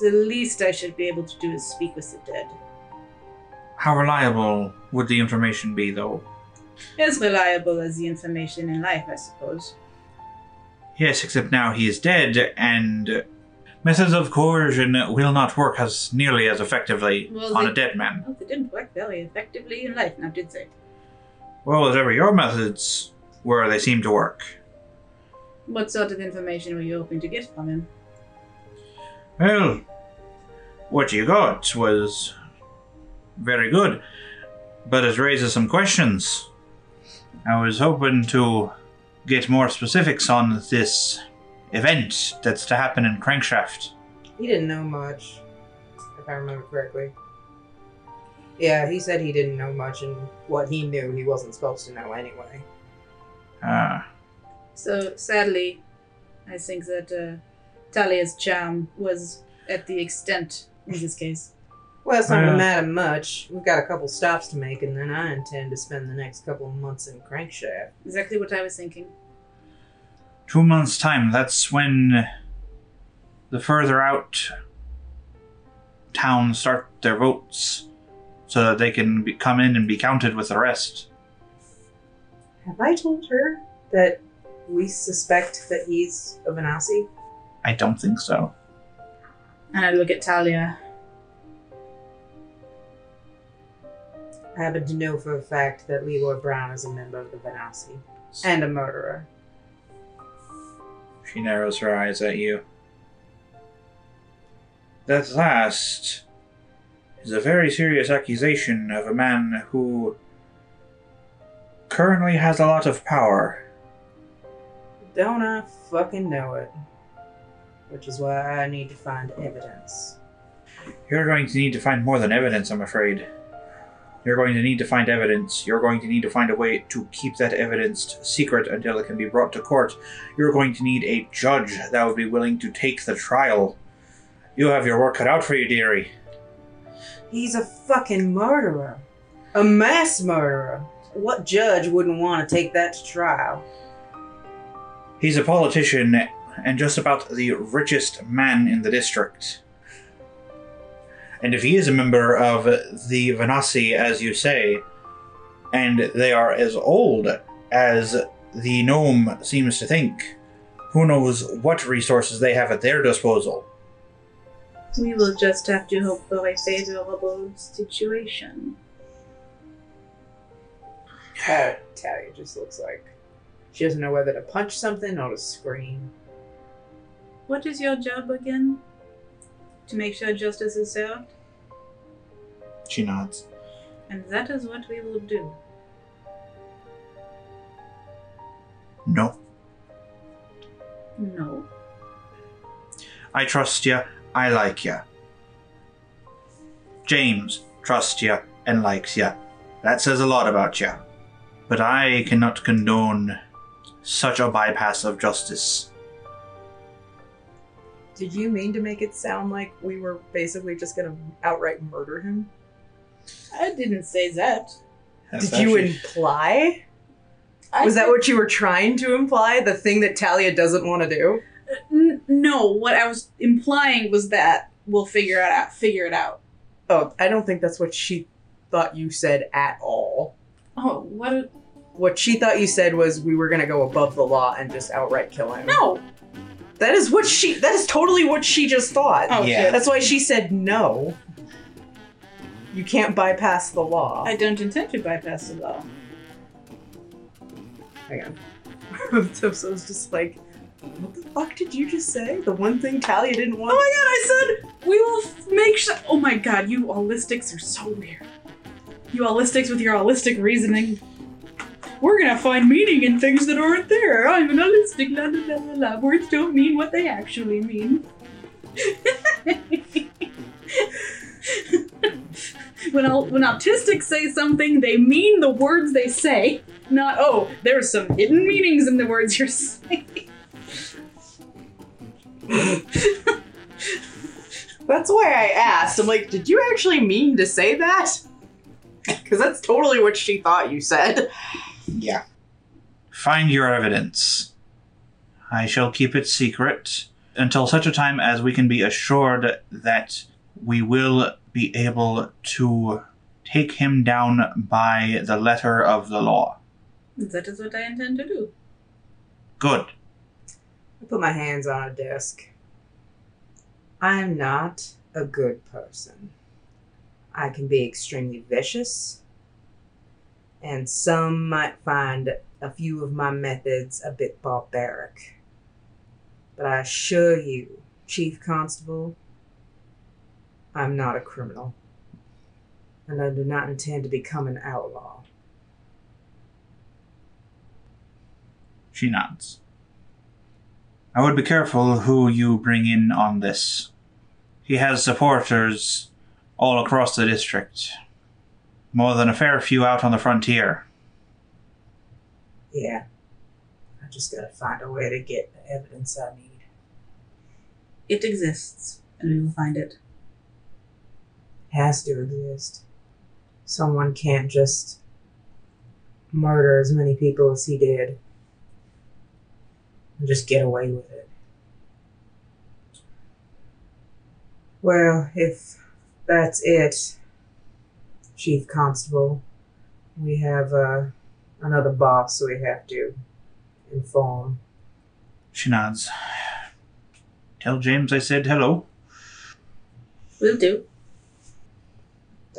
Speaker 8: The least I should be able to do is speak with the dead.
Speaker 3: How reliable would the information be, though?
Speaker 8: As reliable as the information in life, I suppose.
Speaker 3: Yes, except now he is dead, and methods of coercion will not work as nearly as effectively
Speaker 8: Well,
Speaker 3: on
Speaker 8: they-
Speaker 3: a dead man.
Speaker 8: Well, they didn't work very effectively in life now, did they?
Speaker 3: Well, whatever your methods were, they seem to work.
Speaker 8: What sort of information were you hoping to get from him?
Speaker 3: Well, what you got was very good, but it raises some questions. I was hoping to get more specifics on this event that's to happen in Crankshaft.
Speaker 5: He didn't know much, if I remember correctly. Yeah, he said he didn't know much, and what he knew, he wasn't supposed to know anyway.
Speaker 3: Ah.
Speaker 8: So, sadly, I think that uh, Talia's charm was at the extent in this case.
Speaker 5: Well, it's not
Speaker 3: Yeah.
Speaker 5: gonna matter much. We've got a couple stops to make, and then I intend to spend the next couple of months in Crankshaft.
Speaker 8: Exactly what I was thinking.
Speaker 3: two months' time, that's when the further out towns start their votes so that they can be, come in and be counted with the rest.
Speaker 5: Have I told her that we suspect that he's a Venasi?
Speaker 3: I don't think so.
Speaker 8: And I look at Talia.
Speaker 5: I happen to know for a fact that Leroy Brown is a member of the Venasi and a murderer.
Speaker 3: She narrows her eyes at you. That last is a very serious accusation of a man who currently has a lot of power.
Speaker 5: Don't I fucking know it? Which is why I need to find evidence.
Speaker 3: You're going to need to find more than evidence, I'm afraid. You're going to need to find evidence. You're going to need to find a way to keep that evidence secret until it can be brought to court. You're going to need a judge that would be willing to take the trial. You have your work cut out for you, dearie.
Speaker 5: He's a fucking murderer. A mass murderer. What judge wouldn't want to take that to trial?
Speaker 3: He's a politician and just about the richest man in the district. And if he is a member of the Venassi, as you say, and they are as old as the gnome seems to think, who knows what resources they have at their disposal?
Speaker 8: We will just have to hope for a favorable situation.
Speaker 5: Talia Talia just looks like she doesn't know whether to punch something or to scream.
Speaker 8: What is your job again? To make sure justice is served?
Speaker 3: She nods.
Speaker 8: And that is what we will do.
Speaker 3: No,
Speaker 8: No.
Speaker 3: I trust you. I like you. James trusts you and likes you. That says a lot about you. But I cannot condone such a bypass of justice.
Speaker 5: Did you mean to make it sound like we were basically just gonna outright murder him?
Speaker 8: I didn't say that.
Speaker 5: Did you imply?
Speaker 8: I
Speaker 5: Was that what you were trying to imply? The thing that Talia doesn't want to do?
Speaker 8: uh,
Speaker 4: N- no, what I was implying was that we'll figure it out. Figure it out.
Speaker 5: Oh, I don't think that's what she thought you said at all.
Speaker 4: Oh, what?
Speaker 5: What she thought you said was we were gonna go above the law and just outright kill him.
Speaker 4: No.
Speaker 5: That is what she. That is totally what she just thought.
Speaker 4: Oh,
Speaker 3: Yeah.
Speaker 4: shit.
Speaker 5: That's why she said no. You can't bypass the law.
Speaker 8: I don't intend to bypass the law.
Speaker 5: Hang on. so, so it's just like, what the fuck did you just say? The one thing Talia didn't want.
Speaker 4: Oh my god, I said we will f- make sure. Oh my god, you allistics are so weird. You allistics with your allistic reasoning. We're gonna find meaning in things that aren't there. I'm an allistic, la la la la la. Words don't mean what they actually mean.
Speaker 9: when al- when autistics say something, they mean the words they say, not oh, there's some hidden meanings in the words you're saying.
Speaker 8: That's why I asked. I'm like, did you actually mean to say that? Because that's totally what she thought you said.
Speaker 10: Yeah.
Speaker 3: Find your evidence. I shall keep it secret until such a time as we can be assured that we will be able to take him down by the letter of the law.
Speaker 4: That is what I intend to do.
Speaker 3: Good.
Speaker 8: I put my hands on a desk. I'm not a good person. I can be extremely vicious, and some might find a few of my methods a bit barbaric. But I assure you, Chief Constable, I'm not a criminal, and I do not intend to become an outlaw.
Speaker 3: She nods. I would be careful who you bring in on this. He has supporters all across the district. More than a fair few out on the frontier.
Speaker 8: Yeah. I just gotta find a way to get the evidence I need.
Speaker 4: It exists, and we will find it.
Speaker 8: has to exist. Someone can't just murder as many people as he did and just get away with it. Well, if that's it, Chief Constable, we have uh, another boss we have to inform.
Speaker 3: She nods. Tell James I said hello.
Speaker 4: Will do.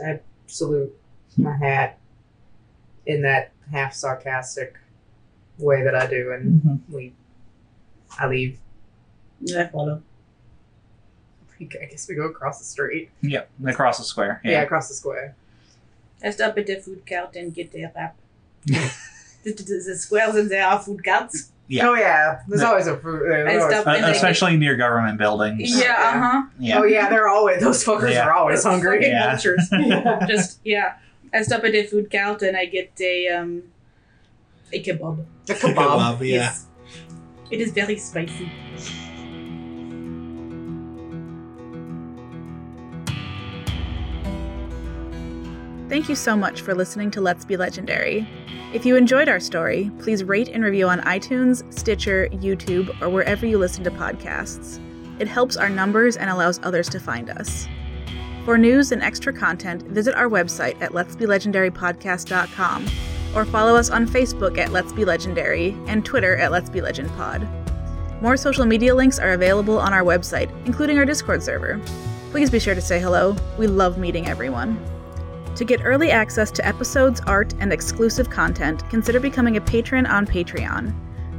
Speaker 8: I salute my hat in that half sarcastic way that I do, and we, I leave.
Speaker 4: I follow.
Speaker 8: I guess we go across the street.
Speaker 3: Yep, across the square.
Speaker 8: Yeah, across the square.
Speaker 4: I stop at the food cart and get a wrap. the, the, the squares and there are food carts.
Speaker 3: Yeah.
Speaker 8: Oh yeah, there's
Speaker 3: No.
Speaker 8: always a fruit. There's
Speaker 4: I
Speaker 8: always
Speaker 4: stopped
Speaker 8: fruit.
Speaker 4: and I-
Speaker 3: Uh, especially near government buildings.
Speaker 9: Yeah, uh huh.
Speaker 3: Yeah.
Speaker 8: Oh yeah, they're always those fuckers
Speaker 3: Yeah.
Speaker 8: are always hungry.
Speaker 4: uh-huh. Fucking
Speaker 3: Yeah.
Speaker 4: vultures.
Speaker 8: Yeah.
Speaker 4: Just yeah. I stop at a food cart and I get a um a kebab.
Speaker 8: The kebab.
Speaker 10: Kebab, yeah.
Speaker 4: Yes. It is very spicy.
Speaker 2: Thank you so much for listening to Let's Be Legendary. If you enjoyed our story, please rate and review on iTunes, Stitcher, YouTube, or wherever you listen to podcasts. It helps our numbers and allows others to find us. For news and extra content, visit our website at letsbelegendarypodcast.com or follow us on Facebook at Let's Be Legendary and Twitter at Let's Be Legend Pod. More social media links are available on our website, including our Discord server. Please be sure to say hello. We love meeting everyone. To get early access to episodes, art, and exclusive content, consider becoming a patron on Patreon.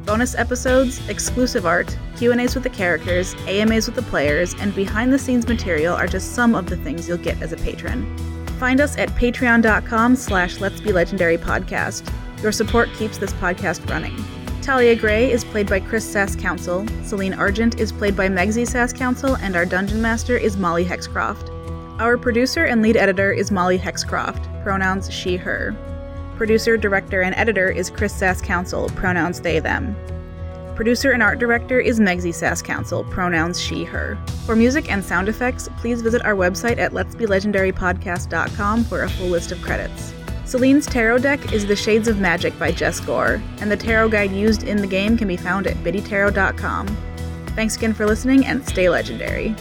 Speaker 2: Bonus episodes, exclusive art, Q&As with the characters, AMAs with the players, and behind-the-scenes material are just some of the things you'll get as a patron. Find us at patreon.com slash let's be legendary podcast. Your support keeps this podcast running. Talia Gray is played by Chris Sass Council, Celine Argent is played by Megsy Sass Council, and our Dungeon Master is Molly Hexcroft. Our producer and lead editor is Molly Hexcroft, pronouns she, her. Producer, director, and editor is Chris Sass Council, pronouns they, them. Producer and art director is Megsy Sass Council, pronouns she, her. For music and sound effects, please visit our website at letsbelegendarypodcast.com for a full list of credits. Celine's tarot deck is The Shades of Magic by Jess Gore, and the tarot guide used in the game can be found at biddytarot.com. Thanks again for listening and stay legendary.